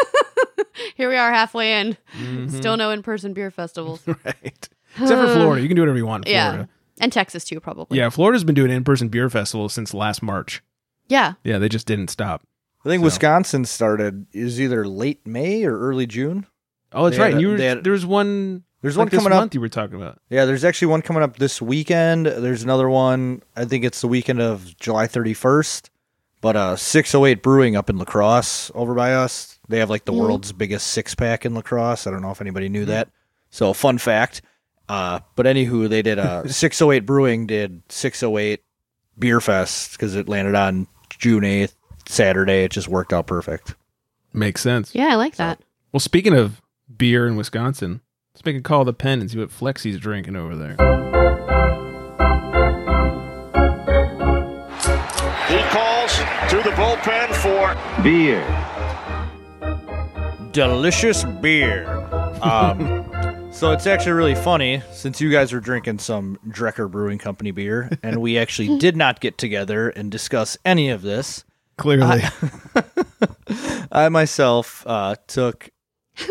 Here we are halfway in. Mhm. Still no in person beer festivals. right. Except for Florida, you can do whatever you want. in yeah. Florida. And Texas, too, probably. Yeah, Florida's been doing in-person beer festivals since last March. Yeah. Yeah, they just didn't stop. I think So. Wisconsin started is either late May or early June. Oh, that's They had right. a- and you were, they had- there was one. There's like one this coming up. month You were talking about. Yeah, there's actually one coming up this weekend. There's another one. I think it's the weekend of July 31st. But uh, 608 Brewing up in Lacrosse over by us. They have like the world's biggest six pack in Lacrosse. I don't know if anybody knew that. So fun fact. Uh, but anywho, they did uh, 608 Brewing did 608 Beer Fest because it landed on June 8th, Saturday. It just worked out perfect. Makes sense. Yeah, I like that. Well, speaking of beer in Wisconsin, let's make a call to Penn and see what Flexi's drinking over there. He calls to the bullpen for Beer. delicious beer. Um, so it's actually really funny since you guys were drinking some Drecker Brewing Company beer, and we actually did not get together and discuss any of this. Clearly, I myself uh, took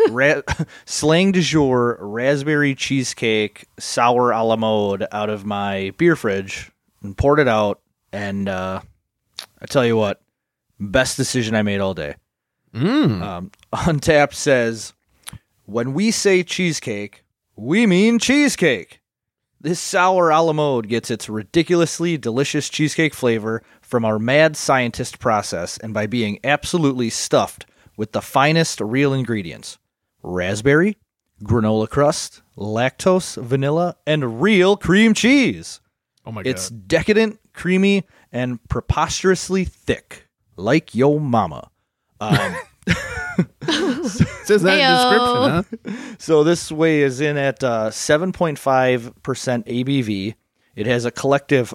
Ra- slang du jour raspberry cheesecake sour a la mode out of my beer fridge and poured it out. And uh, I tell you what, best decision I made all day. Mm. Um, Untapped says, when we say cheesecake, we mean cheesecake. This sour a la mode gets its ridiculously delicious cheesecake flavor from our mad scientist process and by being absolutely stuffed with the finest real ingredients raspberry, granola crust, lactose, vanilla, and real cream cheese. Oh my It's god. decadent, creamy, and preposterously thick, like yo mama. Um, It says that in the Heyo. description, So this way is in at uh, 7.5% ABV. It has a collective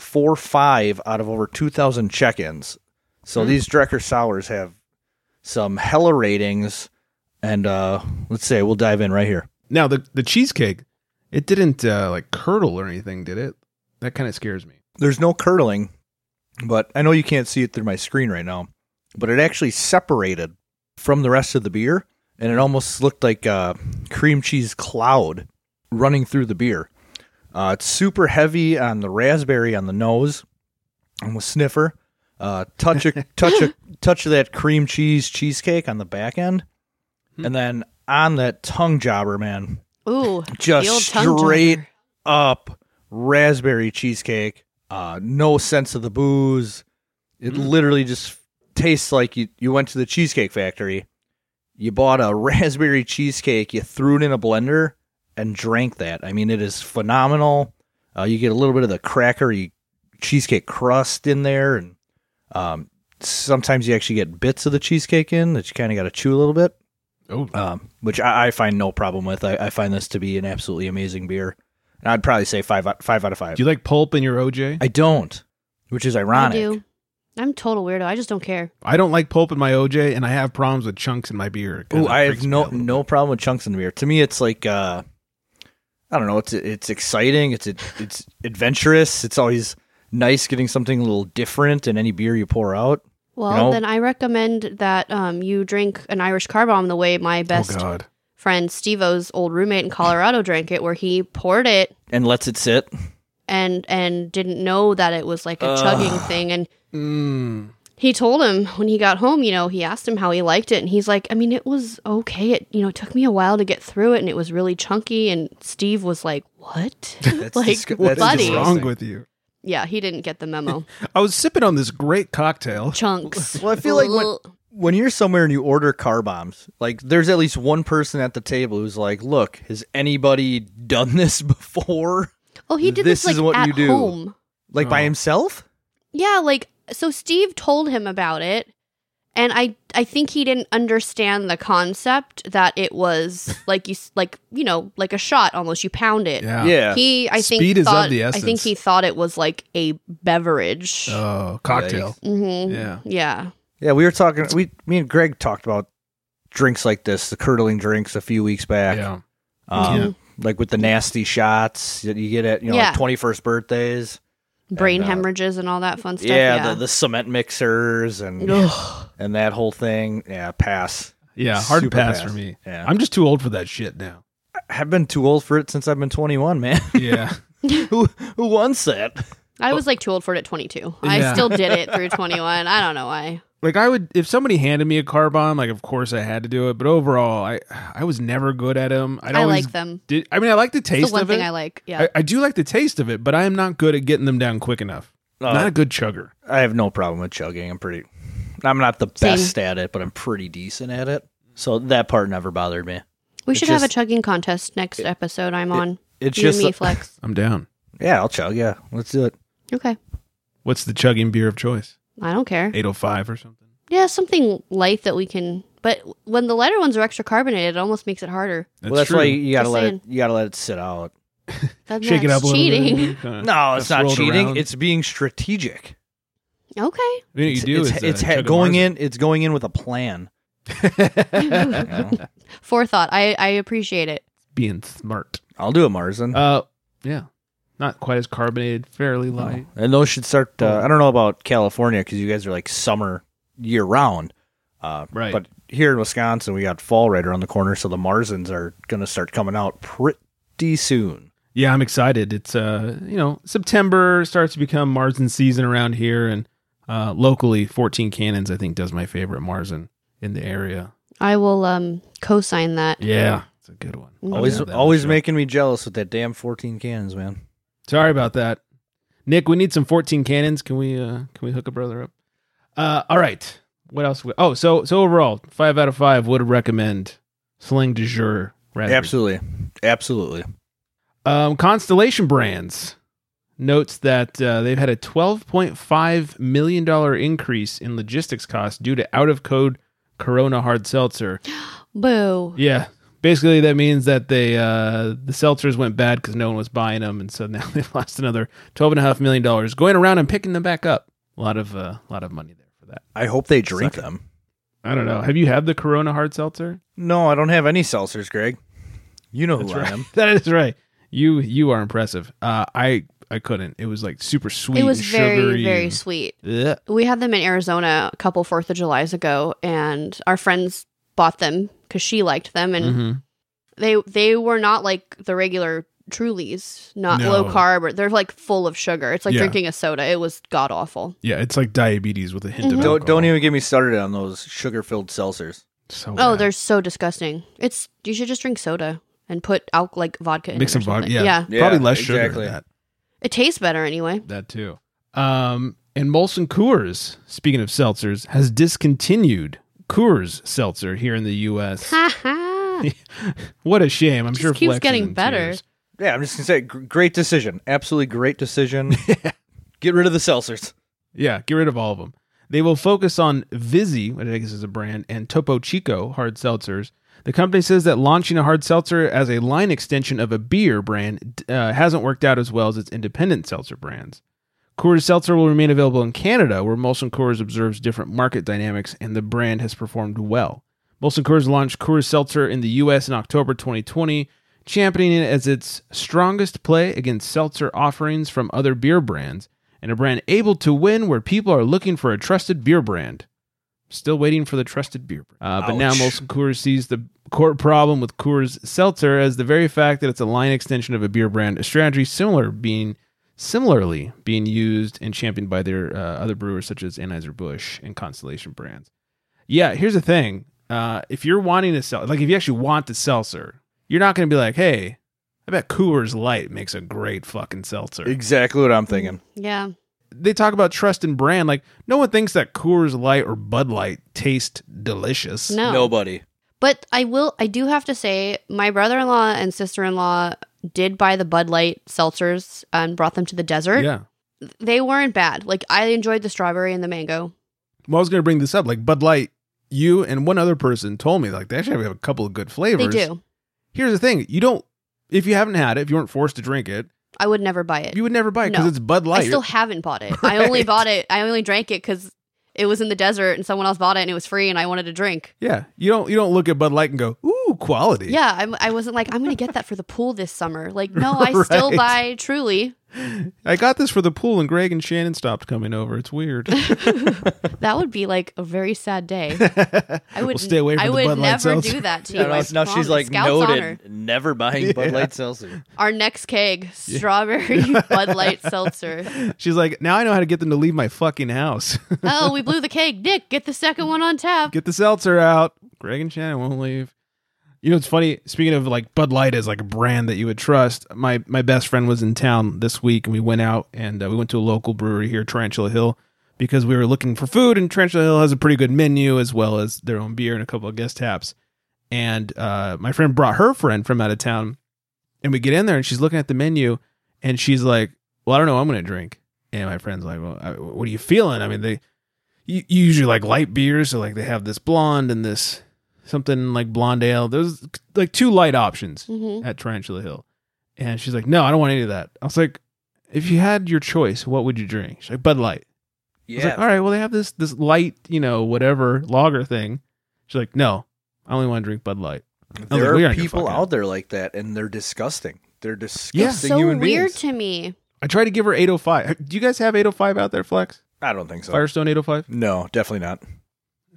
4.45 out of over 2,000 check-ins. So these Drecker Sours have some hella ratings. And uh, let's say we'll dive in right here. huh? Now the the cheesecake, it didn't uh, like curdle or anything, did it? That kind of scares me. There's no curdling, but I know you can't see it through my screen right now. But it actually separated from the rest of the beer, and it almost looked like a cream cheese cloud running through the beer. Uh, it's super heavy on the raspberry on the nose, and with sniffer, uh, touch a touch a touch of that cream cheese cheesecake on the back end, and then on that tongue jobber, man, Ooh, the just old tongue straight twister. up raspberry cheesecake. Uh, no sense of the booze. It Mm. literally just tastes like you, you went to the cheesecake factory. You bought a raspberry cheesecake, you threw it in a blender, and drank that. I mean, it is phenomenal. Uh, you get a little bit of the crackery cheesecake crust in there, and um, sometimes you actually get bits of the cheesecake in that you kind of got to chew a little bit Oh, um, which I, I find no problem with. I, I find this to be an absolutely amazing beer. And I'd probably say five out, five out of five. do you like pulp in your OJ? I don't, which is I ironic. do. I'm total weirdo. I just don't care. I don't like pulp in my OJ, and I have problems with chunks in my beer. It Ooh, kinda I freaks have me out no a little no bit. problem with chunks in the beer. To me, it's like uh, I don't know. It's it's exciting. It's it's adventurous. It's always nice getting something a little different in any beer you pour out. Well, know? then I recommend that um, you drink an Irish car bomb the way my Oh best god. friend Stevo's old roommate in Colorado drank it, where he poured it And lets it sit. and and didn't know that it was like a chugging thing and Mm. he told him when he got home you know he asked him how he liked it and he's like i mean it was okay it you know took me a while to get through it and it was really chunky and steve was like what like disgu- that's buddy What's wrong with you? yeah he didn't get the memo I was sipping on this great cocktail. chunks Well, I feel like when- when you're somewhere and you order car bombs, like there's at least one person at the table who's like, "Look, has anybody done this before?" oh he did this, this is like what at you do. home Like Oh. by himself? Yeah, like so Steve told him about it and I I think he didn't understand the concept that it was like you s- like you know, like a shot almost you pound it. Yeah. He I think Speed is of thought, the I think essence. he thought it was like a beverage. Oh, cocktail. Mhm. Yeah. Yeah. Yeah, we were talking we me and Greg talked about drinks like this, the curdling drinks a few weeks back. Yeah. Um, Yeah. like with the nasty shots that you get at, you know, Yeah. like 21st birthdays. Brain And, uh, hemorrhages and all that fun stuff. yeah, Yeah. The, the cement mixers and and that whole thing. Yeah, pass. Yeah, hard Super pass, pass. for me. Yeah. I'm just too old for that shit now. I've been too old for it since I've been 21, man. Yeah. who who wants that? I was like too old for it at 22. I Yeah. still did it through 21. I don't know why. like I would if somebody handed me a car bomb, like of course I had to do it, but overall I I was never good at them. I'd I always like them. Did, I mean I like the It's taste the one of it. thing I like. Yeah. I, I do like the taste of it, but I am not good at getting them down quick enough. Uh, not a good chugger. I have no problem with chugging. I'm pretty. I'm not the best at it, but I'm pretty decent at it. So that part never bothered me. we it should have a just- chugging contest next episode I'm on. It's you just and me like- flex. I'm down. yeah, I'll chug. Yeah, let's do it. Okay. What's the chugging beer of choice? I don't care. 805 or something. Yeah, something light that we can. But when the lighter ones are extra carbonated, it almost makes it harder. well, that's true. why you gotta Just let saying. it. You gotta let it sit out. That- shake it that's up a little cheating. bit. Kinda No, it's just not roll it cheating. around. It's being strategic. Okay. I mean, it's, you do It's, is, uh, it's ha- chug a going Marzen. in. It's going in with a plan. Forethought. I, I appreciate it. being smart. I'll do a Marzen, Uh, yeah, not quite as carbonated, fairly light. oh. and those should start. Uh, I don't know about California because you guys are like summer year round, Uh, Right. But here in Wisconsin, we got fall right around the corner, so the Marzins are going to start coming out pretty soon. Yeah, I'm excited. It's uh, you know, September starts to become Marzen season around here, and uh, locally, 14 Cannons I think does my favorite Marzen in the area. I will um co-sign that. Yeah, it's a good one. I'll Always, have Oh, that on always the show. making me jealous with that damn 14 cannons, man. Sorry about that, Nick. We need some 14 Cannons. Can we uh, can we hook a brother up? Uh, all right. What else? We, oh, so so overall, five out of five would recommend Sling de Jour. Raspberry. Absolutely, absolutely. Um, Constellation Brands notes that uh, they've had a $12.5 million increase in logistics costs due to out of code Corona hard seltzer. Boo. Yeah. Basically, that means that they uh, the seltzers went bad because no one was buying them, and so now they've lost another twelve and a half million dollars going around and picking them back up. A lot of a uh, lot of money there for that. I hope they drink them. I don't know. Have you had the Corona hard seltzer? No, I don't have any seltzers, Greg. You know who Oh, I am. that is right. You you are impressive. Uh, I I couldn't. It was like super sweet. It was and very sugary very and- sweet. Ugh. We had them in Arizona a couple Fourth of July's ago, and our friends bought them because she liked them, and Mhm. they they were not like the regular Trulies, not No. low carb, or they're like full of sugar. It's like Yeah. drinking a soda. It was god awful. Yeah, it's like diabetes with a hint Mm-hmm. of Don't, alcohol. don't even get me started on those sugar-filled seltzers. So Oh, bad. they're so disgusting. It's you should just drink soda and put al- like vodka in mix it or some vodka. something. Yeah, Yeah, probably less sugar. in exactly. That It tastes better anyway. that too. Um, and Molson Coors, speaking of seltzers, has discontinued Coors Seltzer here in the U.S. Ha ha. what a shame! I'm Just sure keeps Flex is getting in better. tears. Yeah, I'm just gonna say, gr- great decision. Absolutely great decision. Get rid of the seltzers. Yeah, get rid of all of them. They will focus on Vizzy, which I guess is a brand, and Topo Chico hard seltzers. The company says that launching a hard seltzer as a line extension of a beer brand uh, hasn't worked out as well as its independent seltzer brands. Coors Seltzer will remain available in Canada, where Molson Coors observes different market dynamics and the brand has performed well. Molson Coors launched Coors Seltzer in the U.S. in October 2020, championing it as its strongest play against seltzer offerings from other beer brands and a brand able to win where people are looking for a trusted beer brand. Still waiting for the trusted beer brand. Uh, but now Ouch. Molson Coors sees the core problem with Coors Seltzer as the very fact that it's a line extension of a beer brand, a strategy similar being similarly being used and championed by their uh, other brewers such as Anheuser-Busch and Constellation brands. Yeah, here's the thing. Uh, if you're wanting to sell, like if you actually want the seltzer, you're not going to be like, hey, I bet Coors Light makes a great fucking seltzer. Exactly what I'm thinking. Yeah. They talk about trust and brand. Like, no one thinks that Coors Light or Bud Light taste delicious. No. Nobody. But I will I do have to say my brother-in-law and sister-in-law did buy the Bud Light seltzers and brought them to the desert. Yeah. They weren't bad. Like I enjoyed the strawberry and the mango. Well, I was going to bring this up. Like, Bud Light, you and one other person told me, like, they actually have a couple of good flavors. They do. Here's the thing you don't, if you haven't had it, if you weren't forced to drink it, I would never buy it. you would never buy it because Eh, No. it's Bud Light. I still haven't bought it. I only bought it. I only drank it cuz it was in the desert and someone else bought it and it was free and I wanted to drink. yeah. You don't, you don't look at Bud Light and go, ooh, quality. Yeah, I'm, I wasn't like I'm going to get that for the pool this summer. Like no, I still Right. buy Truly. I got this for the pool, and Greg and Shannon stopped coming over. It's weird. That would be like a very sad day. I would We'll stay away I from the would Bud Light never seltzer. do that to you. Now, I now she's promise. like Scout's noted, honor. never buying Bud Light seltzer. Our next keg, strawberry Bud Light seltzer. She's like, now I know how to get them to leave my fucking house. Oh, we blew the keg. Nick, get the second one on tap. get the seltzer out. Greg and Shannon won't leave. You know, it's funny. Speaking of like Bud Light as like a brand that you would trust, my my best friend was in town this week, and we went out and uh, we went to a local brewery here, Tarantula Hill, because we were looking for food, and Tarantula Hill has a pretty good menu as well as their own beer and a couple of guest taps. And uh, my friend brought her friend from out of town, and we get in there, and she's looking at the menu, and she's like, "Well, I don't know, what I'm gonna drink." And my friend's like, "Well, I, what are you feeling?" I mean, they you you usually like light beers, so like they have this blonde and this something like blonde ale. There's like two light options Mhm. at Tarantula Hill. And she's like, No, I don't want any of that. I was like, if you had your choice, what would you drink? She's like, Bud Light. I was like, All right, well they have this this light, you know, whatever lager thing. She's like, No, I only want to drink Bud Light. I was like, there "We are aren't gonna people fuck out there like that, and they're disgusting. They're disgusting Yeah. so human weird beings. to me. I tried to give her 805. Do you guys have 805 out oh there, Flex? I don't think so. Firestone 805? No, definitely not.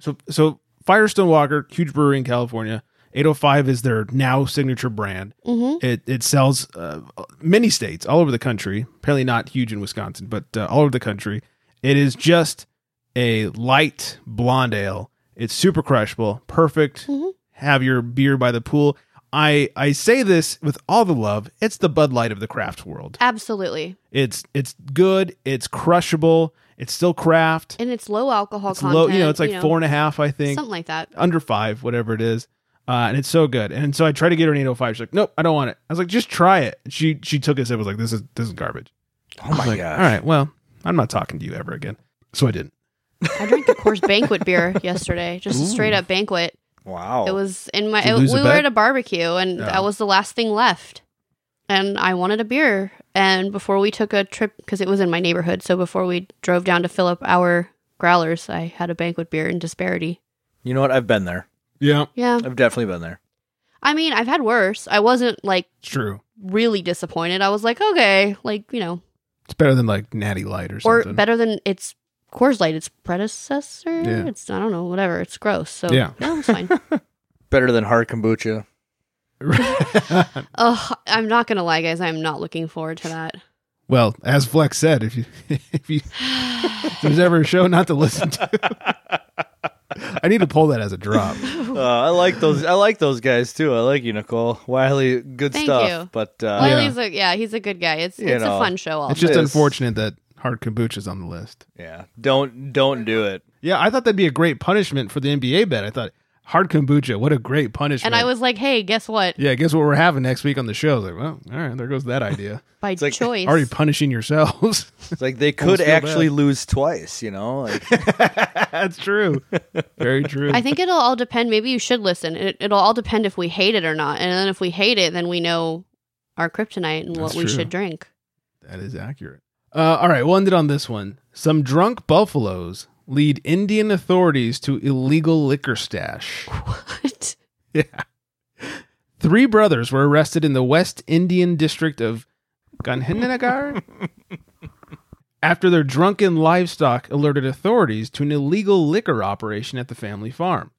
So so Firestone Walker, huge brewery in California. 805 is their now signature brand. It it sells uh, many states all over the country. Apparently not huge in Wisconsin, but uh, all over the country. It is just a light blonde ale. It's super crushable, perfect. Have your beer by the pool. I I say this with all the love. It's the Bud Light of the craft world. Absolutely. It's it's good. It's crushable. It's still craft. And it's low alcohol it's content. low. You know, it's like four and a half. I think Something like that. under five, whatever it is. Uh, and it's so good. And so I tried to get her an 805. She's like, nope, I don't want it. I was like, just try it. And she she took it and was like, this is this is garbage. Oh my All gosh. right, well, I'm not talking to you ever again. So I didn't. I drank the Coors banquet beer yesterday, just a straight up banquet. Wow. It was in my. Oh. Did you it- lose a we were bet? at a barbecue, and that was the last thing left. And I wanted a beer. And before we took a trip, because it was in my neighborhood, so before we drove down to fill up our growlers, I had a banquet beer in disparity. you know what? I've been there. Yeah, Yeah, I've definitely been there. I mean, I've had worse. I wasn't like it's true. really disappointed. I was like, okay, like you know, It's better than like Natty Light or or something. better than its Coors Light, its predecessor. Yeah. It's I don't know, whatever. It's gross. So Yeah. no, it's fine. Better than hard kombucha. Ugh, I'm not gonna lie, guys. I'm not looking forward to that. well, as Flex said, if you if you if there's ever a show not to listen to, I need to pull that as a drop. Uh, I like those. I like those guys too. I like you, Nicole Wiley. Good Thank stuff. you. But uh, Wiley's a yeah, he's a good guy. It's You it's know, a fun show. All It's just Yes. unfortunate that hard kombucha's on the list. yeah, don't don't do it. Yeah, I thought that'd be a great punishment for the NBA bet. I thought hard kombucha, what a great punishment. and I was like, hey, guess what? Yeah, guess what we're having next week on the show? I was like, well, all right, there goes that idea. By like- choice, Already punishing yourselves. It's like they Almost could feel bad. actually lose twice. You know, like, That's true. Very true. I think it'll all depend. Maybe you should listen. It, it'll all depend if we hate it or not. And then if we hate it, then we know our kryptonite and what That's we true. should drink. that is accurate. Uh, all right, we'll end it on this one. Some drunk buffaloes lead Indian authorities to illegal liquor stash. What? Three brothers were arrested in the West Indian district of Ganhinagar after their drunken livestock alerted authorities to an illegal liquor operation at the family farm.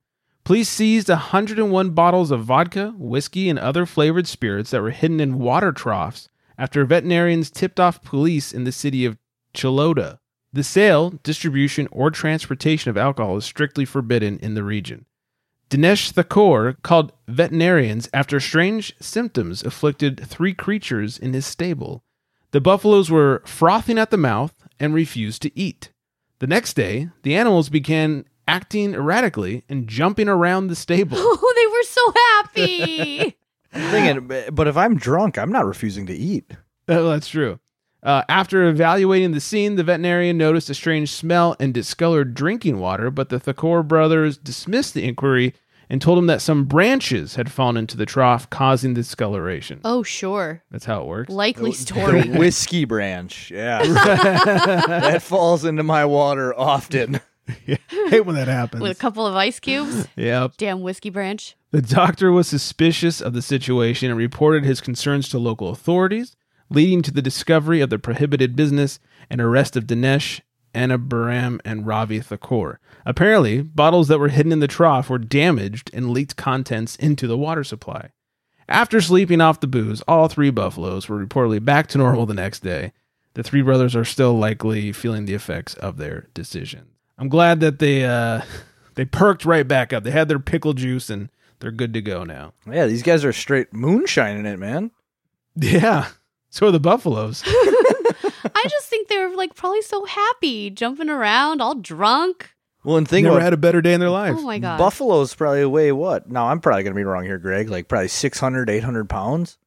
Police seized 101 bottles of vodka, whiskey, and other flavored spirits that were hidden in water troughs after veterinarians tipped off police in the city of Chilota. The sale, distribution, or transportation of alcohol is strictly forbidden in the region. Dinesh Thakur called veterinarians after strange symptoms afflicted three creatures in his stable. The buffaloes were frothing at the mouth and refused to eat. The next day, the animals began acting erratically and jumping around the stable. oh, they were so happy. thinking, but if I'm drunk, I'm not refusing to eat. Oh, that's true. Uh, after evaluating the scene, the veterinarian noticed a strange smell and discolored drinking water, but the Thakur brothers dismissed the inquiry and told him that some branches had fallen into the trough, causing the discoloration. oh, sure. That's how it works. Likely The story. whiskey branch. Yeah, that falls into my water often. hate when that happens. With a couple of ice cubes. Yep. Damn whiskey branch. The doctor was suspicious of the situation and reported his concerns to local authorities, leading to the discovery of the prohibited business and arrest of Dinesh, Anabaram, and Ravi Thakur. Apparently, bottles that were hidden in the trough were damaged and leaked contents into the water supply. After sleeping off the booze, all three buffaloes were reportedly back to normal the next day. The three brothers are still likely feeling the effects of their decision. I'm glad that they uh, they perked right back up. They had their pickle juice and they're good to go now. Yeah, these guys are straight moonshining it, man. Yeah. So are the buffaloes. I just think they were like probably so happy, jumping around, all drunk. Well, and They think never about had a better day in their life. Oh my god. Buffalo's probably weigh what? No, I'm probably going to be wrong here, Greg. Like probably 600, 800 pounds.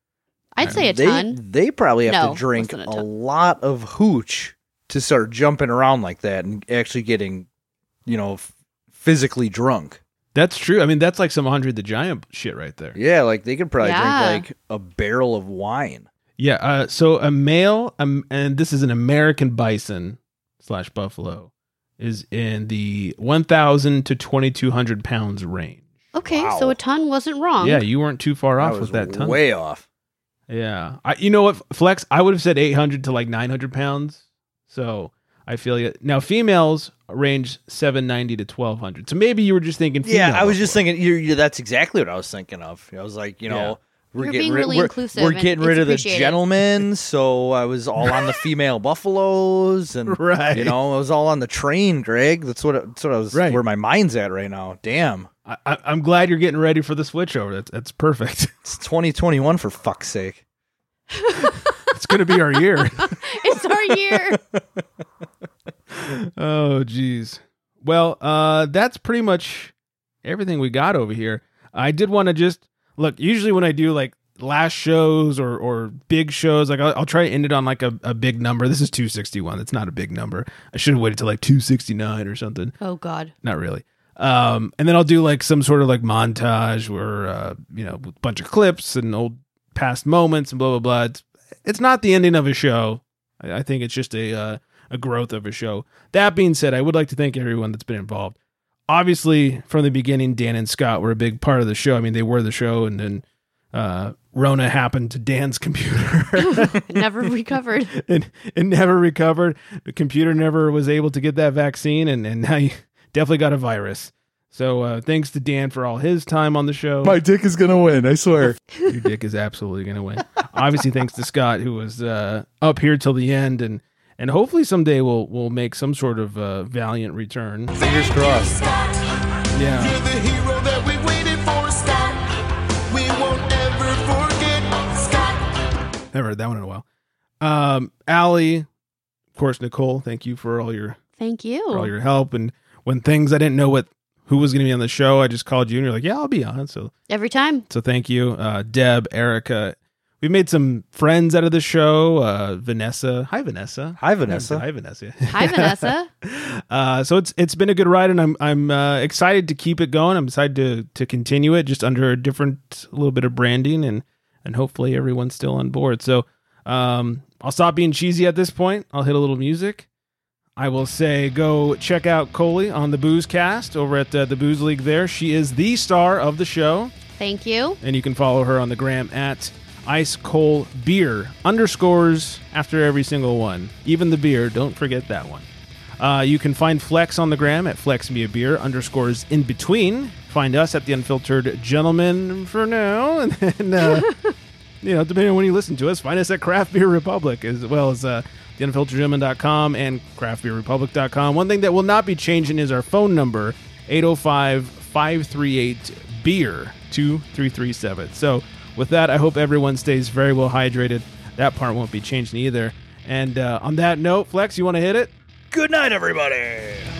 I'd say a they, ton. They probably have No, to drink less a, than a ton. lot of hooch to start jumping around like that and actually getting, you know, f- physically drunk. That's true. I mean, that's like some Andre the Giant shit right there. Yeah, like they could probably Yeah. drink like a barrel of wine. Yeah. Uh, so a male, um, and this is an American bison slash buffalo, is in the 1,000 to 2,200 pounds range. Okay, so a ton wasn't wrong. Yeah, you weren't too far I off with was that ton. way off. yeah. I, you know what, Flex? I would have said 800 to like 900 pounds. So I feel you. Now, females range 790 to 1200. So maybe you were just thinking. Yeah, female I was just before. thinking. You're, you that's exactly what I was thinking of. I was like, you know, Yeah. we're You're getting being rid, really we're, inclusive We're and getting it's rid of the appreciated. gentlemen, so I was all on the female buffaloes, and Right. you know, I was all on the train, Greg. That's what. That's what I was. Right. Where my mind's at right now. Damn, I, I, I'm glad you're getting ready for the switchover. That's that's perfect. it's 2021 for fuck's sake. it's gonna be our year. It's our year. Oh, geez. Well, uh, that's pretty much everything we got over here. I did want to just look. Usually, when I do like last shows or or big shows, like I'll, I'll try to end it on like a, a big number. This is two sixty one. That's not a big number. I should have waited till like two sixty nine or something. oh God. Not really. Um, and then I'll do like some sort of like montage or uh, you know, a bunch of clips and old past moments and blah blah blah. It's, it's not the ending of a show. I, I think it's just a uh, a growth of a show. That being said, I would like to thank everyone that's been involved. Obviously, from the beginning, Dan and Scott were a big part of the show. I mean, they were the show, and then uh, Rona happened to Dan's computer. Never recovered. and it never recovered. The computer never was able to get that vaccine, and and now you definitely got a virus. So uh, thanks to Dan for all his time on the show. dick is gonna win. I swear. Your dick is absolutely gonna win. Obviously, thanks to Scott who was uh, up here till the end, and and hopefully someday we'll we'll make some sort of uh, valiant return. Fingers crossed. Yeah, the hero that we waited for, Scott. We won't ever forget, Scott. never heard that one in a while. Um, Allie, of course, Nicole. Thank you for all your Thank you. for all your help. And when things I didn't know what who was going to be on the show, I just called you and you're like, yeah, I'll be on. So Every time. so thank you, uh, Deb, Erica. We've made some friends out of the show. Uh, Vanessa, hi Vanessa, Hi, Vanessa. hi Vanessa. Hi Vanessa. uh, so it's it's been a good ride, and I'm I'm uh, excited to keep it going. I'm excited to to continue it, just under a different little bit of branding, and and hopefully everyone's still on board. So um, I'll stop being cheesy at this point. I'll hit a little music. I will say go check out Coley on the Booze Cast over at uh, the Booze League. There, she is the star of the show Thank you. and you can follow her on the gram at ice coal beer underscores after every single one even the beer don't forget that one uh, you can find flex on the gram at flex me a beer underscores in between find us at the unfiltered gentleman for now and then uh, you know depending on when you listen to us find us at craft beer republic as well as uh, theunfilteredgentleman.com and craftbeerrepublic.com one thing that will not be changing is our phone number 805 538 beer 2337. So, with that, I hope everyone stays very well hydrated. That part won't be changing either. And uh, on that note, Flex, you want to hit it? Good night, everybody.